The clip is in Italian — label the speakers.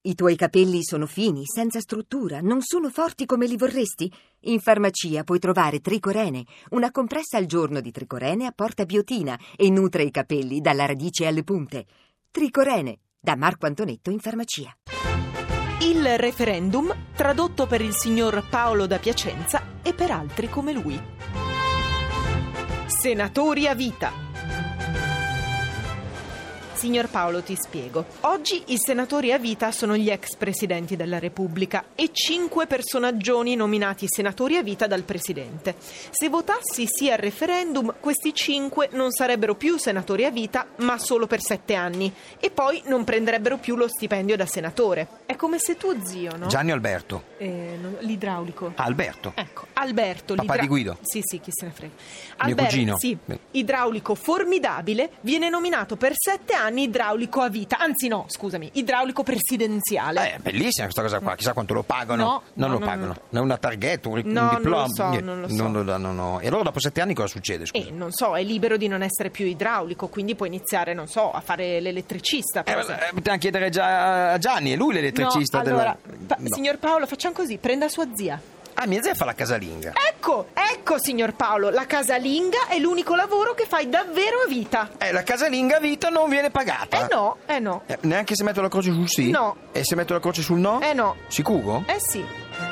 Speaker 1: I tuoi capelli sono fini, senza struttura, non sono forti come li vorresti. In farmacia puoi trovare Tricorene, una compressa al giorno di Tricorene apporta biotina e nutre i capelli dalla radice alle punte. Tricorene, da Marco Antonetto in farmacia.
Speaker 2: Il referendum, tradotto per il signor Paolo da Piacenza e per altri come lui. Senatori a vita. Signor Paolo, ti spiego. Oggi i senatori a vita sono gli ex presidenti della Repubblica e cinque personaggioni nominati senatori a vita dal presidente. Se votassi sì al referendum, questi cinque non sarebbero più senatori a vita, ma solo per sette anni e poi non prenderebbero più lo stipendio da senatore. È come se tuo zio, no?
Speaker 3: Gianni Alberto. Ah,
Speaker 2: Eh, no, l'idraulico.
Speaker 3: Alberto.
Speaker 2: Ecco, Alberto,
Speaker 3: Papà di Guido.
Speaker 2: Sì, sì, chi se ne frega.
Speaker 3: Mio
Speaker 2: Alberto,
Speaker 3: cugino.
Speaker 2: sì,
Speaker 3: Beh.
Speaker 2: idraulico formidabile, viene nominato per sette anni idraulico a vita. Anzi, no, scusami, idraulico presidenziale.
Speaker 3: Eh, è bellissima questa cosa qua, chissà quanto lo pagano.
Speaker 2: Mm. No,
Speaker 3: non
Speaker 2: no,
Speaker 3: lo
Speaker 2: no,
Speaker 3: pagano.
Speaker 2: no.
Speaker 3: È una targhetta, un, un
Speaker 2: No, non lo
Speaker 3: diploma.
Speaker 2: so,
Speaker 3: niente.
Speaker 2: non lo so. Eh.
Speaker 3: danno, no. E allora dopo sette anni cosa succede? Scusa?
Speaker 2: E non so, è libero di non essere più idraulico, quindi può iniziare, non so, a fare l'elettricista. per
Speaker 3: Eh,
Speaker 2: esempio.
Speaker 3: eh, potevamo chiedere già a Gianni, è lui l'elettricista
Speaker 2: No,
Speaker 3: della-
Speaker 2: allora, pa-
Speaker 3: No.
Speaker 2: signor Paolo, facciamo così, prenda sua zia.
Speaker 3: Ah, mia zia fa la casalinga.
Speaker 2: Ecco, ecco, signor Paolo, la casalinga è l'unico lavoro che fai davvero a vita.
Speaker 3: Eh, la casalinga a vita non viene pagata.
Speaker 2: Eh no, eh no,
Speaker 3: Eh, neanche se metto la croce sul sì?
Speaker 2: No.
Speaker 3: E se metto la croce sul no?
Speaker 2: eh no,
Speaker 3: Sicuro?
Speaker 2: eh sì.